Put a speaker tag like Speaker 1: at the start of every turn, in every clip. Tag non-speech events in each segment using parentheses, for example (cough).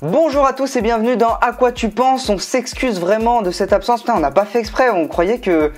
Speaker 1: Bonjour à tous et bienvenue dans À quoi tu penses On s'excuse vraiment de cette absence. Putain, on n'a pas fait exprès. On croyait que.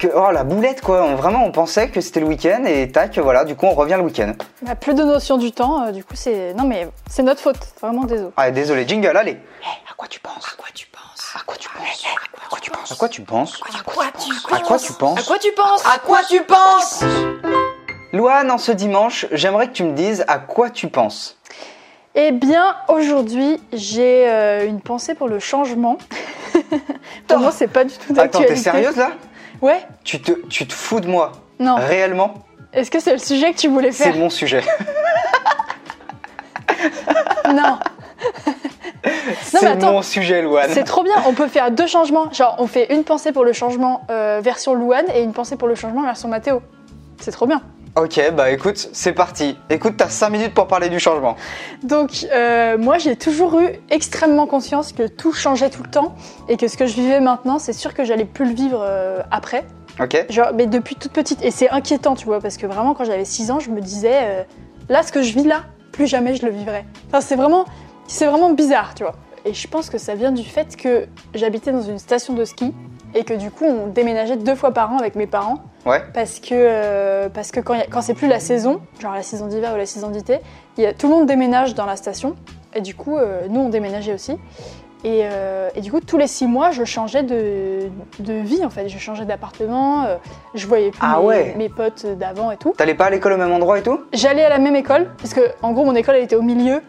Speaker 1: que oh, la boulette quoi. On- vraiment, on pensait que c'était le week-end et tac, voilà, du coup, on revient le week-end.
Speaker 2: Bah, plus de notion du temps, euh, du coup c'est... Non mais c'est notre faute, vraiment désolé.
Speaker 1: Ah, désolé, jingle, allez. à quoi tu penses À quoi tu penses À quoi tu penses À quoi tu penses À quoi tu penses
Speaker 3: À quoi tu
Speaker 1: À quoi tu penses
Speaker 3: quoi tu penses
Speaker 1: À quoi tu penses Loane, en ce dimanche, j'aimerais que tu me dises à quoi tu penses.
Speaker 2: Eh bien aujourd'hui j'ai euh, une pensée pour le changement. (laughs) pour moi c'est pas du tout
Speaker 1: Attends,
Speaker 2: d'actualité.
Speaker 1: t'es sérieuse Euh. là
Speaker 2: Ouais
Speaker 1: tu te, tu te fous de moi
Speaker 2: Non.
Speaker 1: Réellement
Speaker 2: Est-ce que c'est le sujet que tu voulais
Speaker 1: C'est
Speaker 2: faire
Speaker 1: mon sujet.
Speaker 2: (laughs) Non,
Speaker 1: C'est
Speaker 2: attends.
Speaker 1: mon sujet, Loane.
Speaker 2: c'est trop bien, on peut faire deux changements. Genre on fait une pensée pour le changement euh, version Louane et une pensée pour le changement version Mathéo. C'est trop bien.
Speaker 1: Ok, bah écoute, c'est parti. Écoute, t'as 5 minutes pour parler du changement.
Speaker 2: Donc euh, moi j'ai toujours eu extrêmement conscience que tout changeait tout le temps et que ce que je vivais maintenant c'est sûr que j'allais plus le vivre euh, après.
Speaker 1: Ok
Speaker 2: Genre, mais depuis toute petite. Et c'est inquiétant, tu vois, parce que vraiment, quand j'avais 6 ans, je me disais, euh, là, ce que je vis là, plus jamais je le vivrai. Enfin, c'est vraiment, c'est vraiment bizarre, tu vois. Et je pense que ça vient du fait que j'habitais dans une station de ski et que du coup, on déménageait deux fois par an avec mes parents.
Speaker 1: Ouais.
Speaker 2: Parce que, euh, parce que quand, il y a- quand c'est plus la saison, genre la saison d'hiver ou la saison d'été, il y a- tout le monde déménage dans la station. Et du coup, euh, nous, on déménageait aussi. Et, euh, et du coup, tous les six mois, je changeais de, de vie, en fait. Je changeais d'appartement, euh, je voyais plus
Speaker 1: Ah
Speaker 2: mes,
Speaker 1: ouais.
Speaker 2: mes potes d'avant et tout.
Speaker 1: T'allais pas à l'école au même endroit et tout
Speaker 2: J'allais à la même école, parce que, en gros, mon école, elle était au milieu,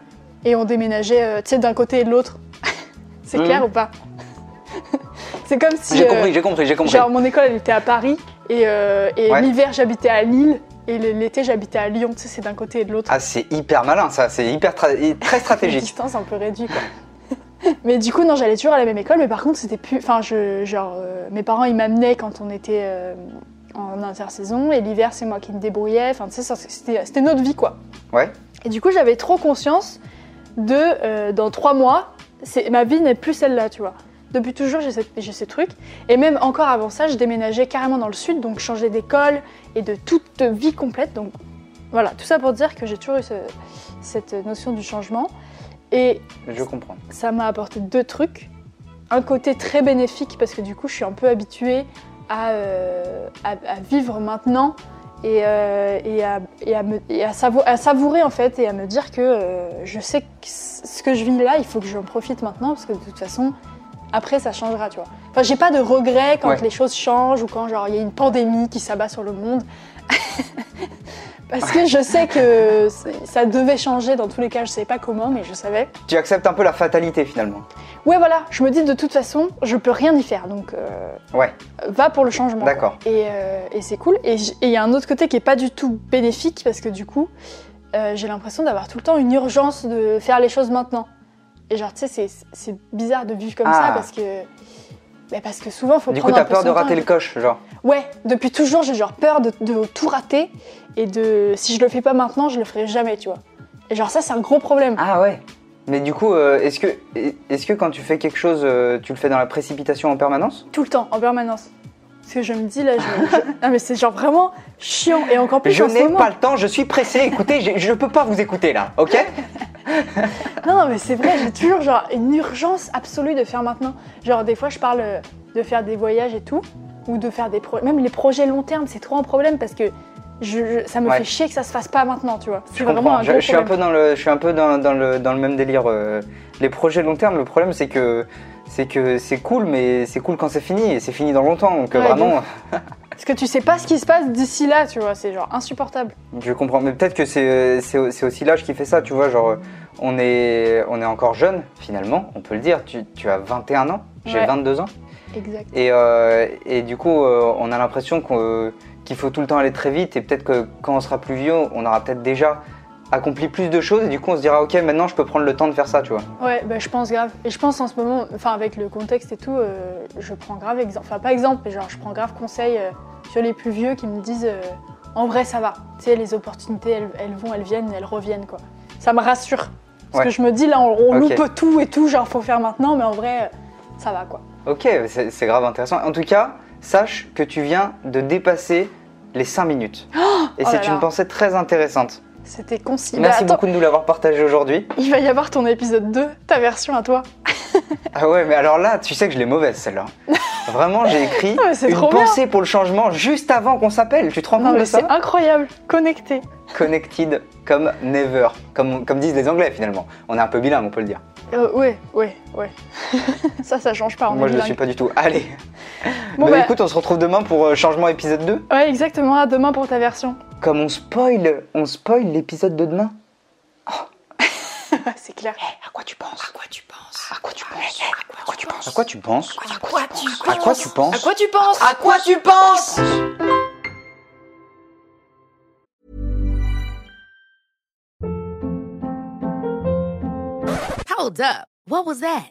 Speaker 2: et on déménageait, euh, tu sais, d'un côté et de l'autre. (laughs) C'est
Speaker 1: Mhm.
Speaker 2: clair ou pas (laughs) C'est comme si...
Speaker 1: J'ai
Speaker 2: euh,
Speaker 1: compris, j'ai compris, j'ai compris.
Speaker 2: Genre, mon école, elle était à Paris, et, euh, et
Speaker 1: Ouais.
Speaker 2: l'hiver, j'habitais à Lille, et l'été, j'habitais à Lyon. Tu sais, c'est d'un côté et de l'autre.
Speaker 1: Ah, c'est hyper malin ça, c'est hyper tra- et très
Speaker 2: une (laughs)
Speaker 1: stratégique.
Speaker 2: distance un peu réduite. Quoi. (laughs) mais du coup, non, j'allais toujours à la même école, mais par contre, c'était plus. Enfin, je, genre, euh, mes parents, ils m'amenaient quand on était euh, en intersaison, et l'hiver, c'est moi qui me débrouillais. Enfin, tu sais, ça, c'était c'était notre vie, quoi.
Speaker 1: Ouais.
Speaker 2: Et du coup, j'avais trop conscience de. euh, dans trois mois, c'est- ma vie n'est plus celle-là, tu vois. Depuis toujours, j'ai cette- j'ai ces trucs. Et même encore avant ça, je déménageais carrément dans le sud, donc changer d'école et de toute vie complète. Donc voilà, tout ça pour dire que j'ai toujours eu ce- cette notion du changement. Et
Speaker 1: Je comprends.
Speaker 2: ça m'a apporté deux trucs. Un côté très bénéfique parce que du coup je suis un peu habituée à, euh, à, à vivre maintenant et, euh, et, à, et à me- et à savo- à savourer en fait et à me dire que euh, je sais que c- ce que je vis là, il faut que j'en profite maintenant parce que de toute façon après ça changera tu vois. Enfin j'ai pas de regrets quand
Speaker 1: Ouais.
Speaker 2: les choses changent ou quand genre il y a une pandémie qui s'abat sur le monde. (laughs) Parce que je sais que c'est- ça devait changer dans tous les cas, je savais pas comment, mais je savais.
Speaker 1: Tu acceptes un peu la fatalité finalement.
Speaker 2: Ouais, voilà, je me dis de toute façon, je peux rien y faire, donc euh,
Speaker 1: Ouais,
Speaker 2: va pour le changement. quoi.
Speaker 1: d'accord.
Speaker 2: Et, euh, et c'est cool. Et j- et il y a un autre côté qui est pas du tout bénéfique, parce que du coup, euh, j'ai l'impression d'avoir tout le temps une urgence de faire les choses maintenant. Et genre, tu sais, c'est- c'est bizarre de vivre comme
Speaker 1: Ah.
Speaker 2: ça, parce que. bah, parce que souvent, faut
Speaker 1: Du coup,
Speaker 2: prendre
Speaker 1: t'as
Speaker 2: un peu
Speaker 1: peur
Speaker 2: son
Speaker 1: de rater
Speaker 2: temps.
Speaker 1: le coche, genre.
Speaker 2: Ouais, depuis toujours, j'ai genre peur de, de tout rater, et de. Si je le fais pas maintenant, je le ferai jamais, tu vois. Et genre, ça, c'est un gros problème.
Speaker 1: Ah ouais Mais du coup, euh, est-ce que, est que quand tu fais quelque chose, euh, tu le fais dans la précipitation en permanence
Speaker 2: Tout le temps, en permanence. Parce que je me dis là, je, je- non mais c'est genre vraiment chiant et encore plus
Speaker 1: Je
Speaker 2: en ce
Speaker 1: n'ai
Speaker 2: moment.
Speaker 1: pas le temps, je suis pressé. Écoutez, j'ai- je peux pas vous écouter là, ok
Speaker 2: (laughs) Non, non mais c'est vrai, j'ai toujours genre une urgence absolue de faire maintenant. Genre des fois je parle euh, de faire des voyages et tout, ou de faire des projets, même les projets long terme, c'est trop un problème parce que je, je- ça me
Speaker 1: Ouais.
Speaker 2: fait chier que ça se fasse pas maintenant, tu vois.
Speaker 1: Je
Speaker 2: C'est vraiment
Speaker 1: comprends.
Speaker 2: un
Speaker 1: Je,
Speaker 2: gros
Speaker 1: je suis un
Speaker 2: problème.
Speaker 1: peu dans le, je suis un peu dans, dans le, dans le même délire. euh, Les projets long terme, le problème c'est que c'est que c'est cool, mais c'est cool quand c'est fini et c'est fini dans longtemps. Donc euh,
Speaker 2: Ouais, de
Speaker 1: vraiment,
Speaker 2: Parce que tu sais pas ce qui se passe d'ici là, tu vois, c'est genre insupportable.
Speaker 1: je comprends. Mais peut-être que c'est euh, c'est c'est aussi l'âge qui fait ça. Tu vois, genre euh, on est on est encore jeune finalement. On peut le dire. Tu, tu as 21 ans. J'ai
Speaker 2: Ouais.
Speaker 1: 22 ans.
Speaker 2: Exact.
Speaker 1: Et, euh, et du coup, euh, on a l'impression qu'on- qu'il faut tout le temps aller très vite. Et peut-être que quand on sera plus vieux, on aura peut-être déjà accompli plus de choses. Et du coup, on se dira, ok, maintenant je peux prendre le temps de faire ça, tu vois.
Speaker 2: Ouais, bah, je pense grave. Et je pense en ce moment, enfin avec le contexte et tout, euh, je prends grave exemple. Enfin pas exemple, mais genre je prends grave conseil euh, sur les plus vieux qui me disent euh, en vrai ça va. Tu sais, les opportunités, elles, elles vont, elles viennent, elles reviennent quoi. Ça me rassure.
Speaker 1: Ouais.
Speaker 2: Parce que je me dis là on, on
Speaker 1: Ok.
Speaker 2: loupe tout et tout, genre faut faire maintenant, mais en vrai euh, ça va quoi.
Speaker 1: Ok, c'est c'est grave intéressant. En tout cas, sache que tu viens de dépasser les 5 minutes. et
Speaker 2: (gasps) oh
Speaker 1: c'est
Speaker 2: là
Speaker 1: une
Speaker 2: là.
Speaker 1: pensée très intéressante.
Speaker 2: C'était concis. Bah,
Speaker 1: Merci
Speaker 2: attends,
Speaker 1: beaucoup de nous l'avoir partagé aujourd'hui.
Speaker 2: il va y avoir ton épisode 2, ta version à toi.
Speaker 1: Ah ouais, mais alors là, tu sais que je l'ai mauvaise
Speaker 2: (laughs)
Speaker 1: celle-là. Vraiment, j'ai écrit
Speaker 2: Ah, mais c'est
Speaker 1: une
Speaker 2: trop bien.
Speaker 1: pensée pour le changement juste avant qu'on s'appelle. Tu te rends
Speaker 2: Non,
Speaker 1: compte de
Speaker 2: mais c'est
Speaker 1: Ah bah, ça
Speaker 2: incroyable. Connecté.
Speaker 1: Connected comme never, comme, comme disent les Anglais finalement. On est un peu bilingue, on peut le dire.
Speaker 2: Euh, ouais, ouais, ouais. (laughs) ça, ça change pas. on
Speaker 1: Moi,
Speaker 2: est
Speaker 1: je ne
Speaker 2: bilingue.
Speaker 1: suis pas du tout. Allez,
Speaker 2: Bon,
Speaker 1: bah,
Speaker 2: bah,
Speaker 1: écoute, on se retrouve demain pour euh, changement épisode 2.
Speaker 2: ouais, exactement. À demain pour ta version.
Speaker 1: Comme on spoil, on spoil l'épisode de demain.
Speaker 2: (laughs) c'est clair.
Speaker 1: À quoi tu penses
Speaker 3: À quoi tu penses
Speaker 1: À quoi tu penses
Speaker 3: À quoi tu penses
Speaker 1: À quoi tu penses
Speaker 3: À quoi tu penses
Speaker 1: À quoi tu penses
Speaker 3: À quoi tu penses
Speaker 1: À quoi tu penses
Speaker 4: Hold up. What was that?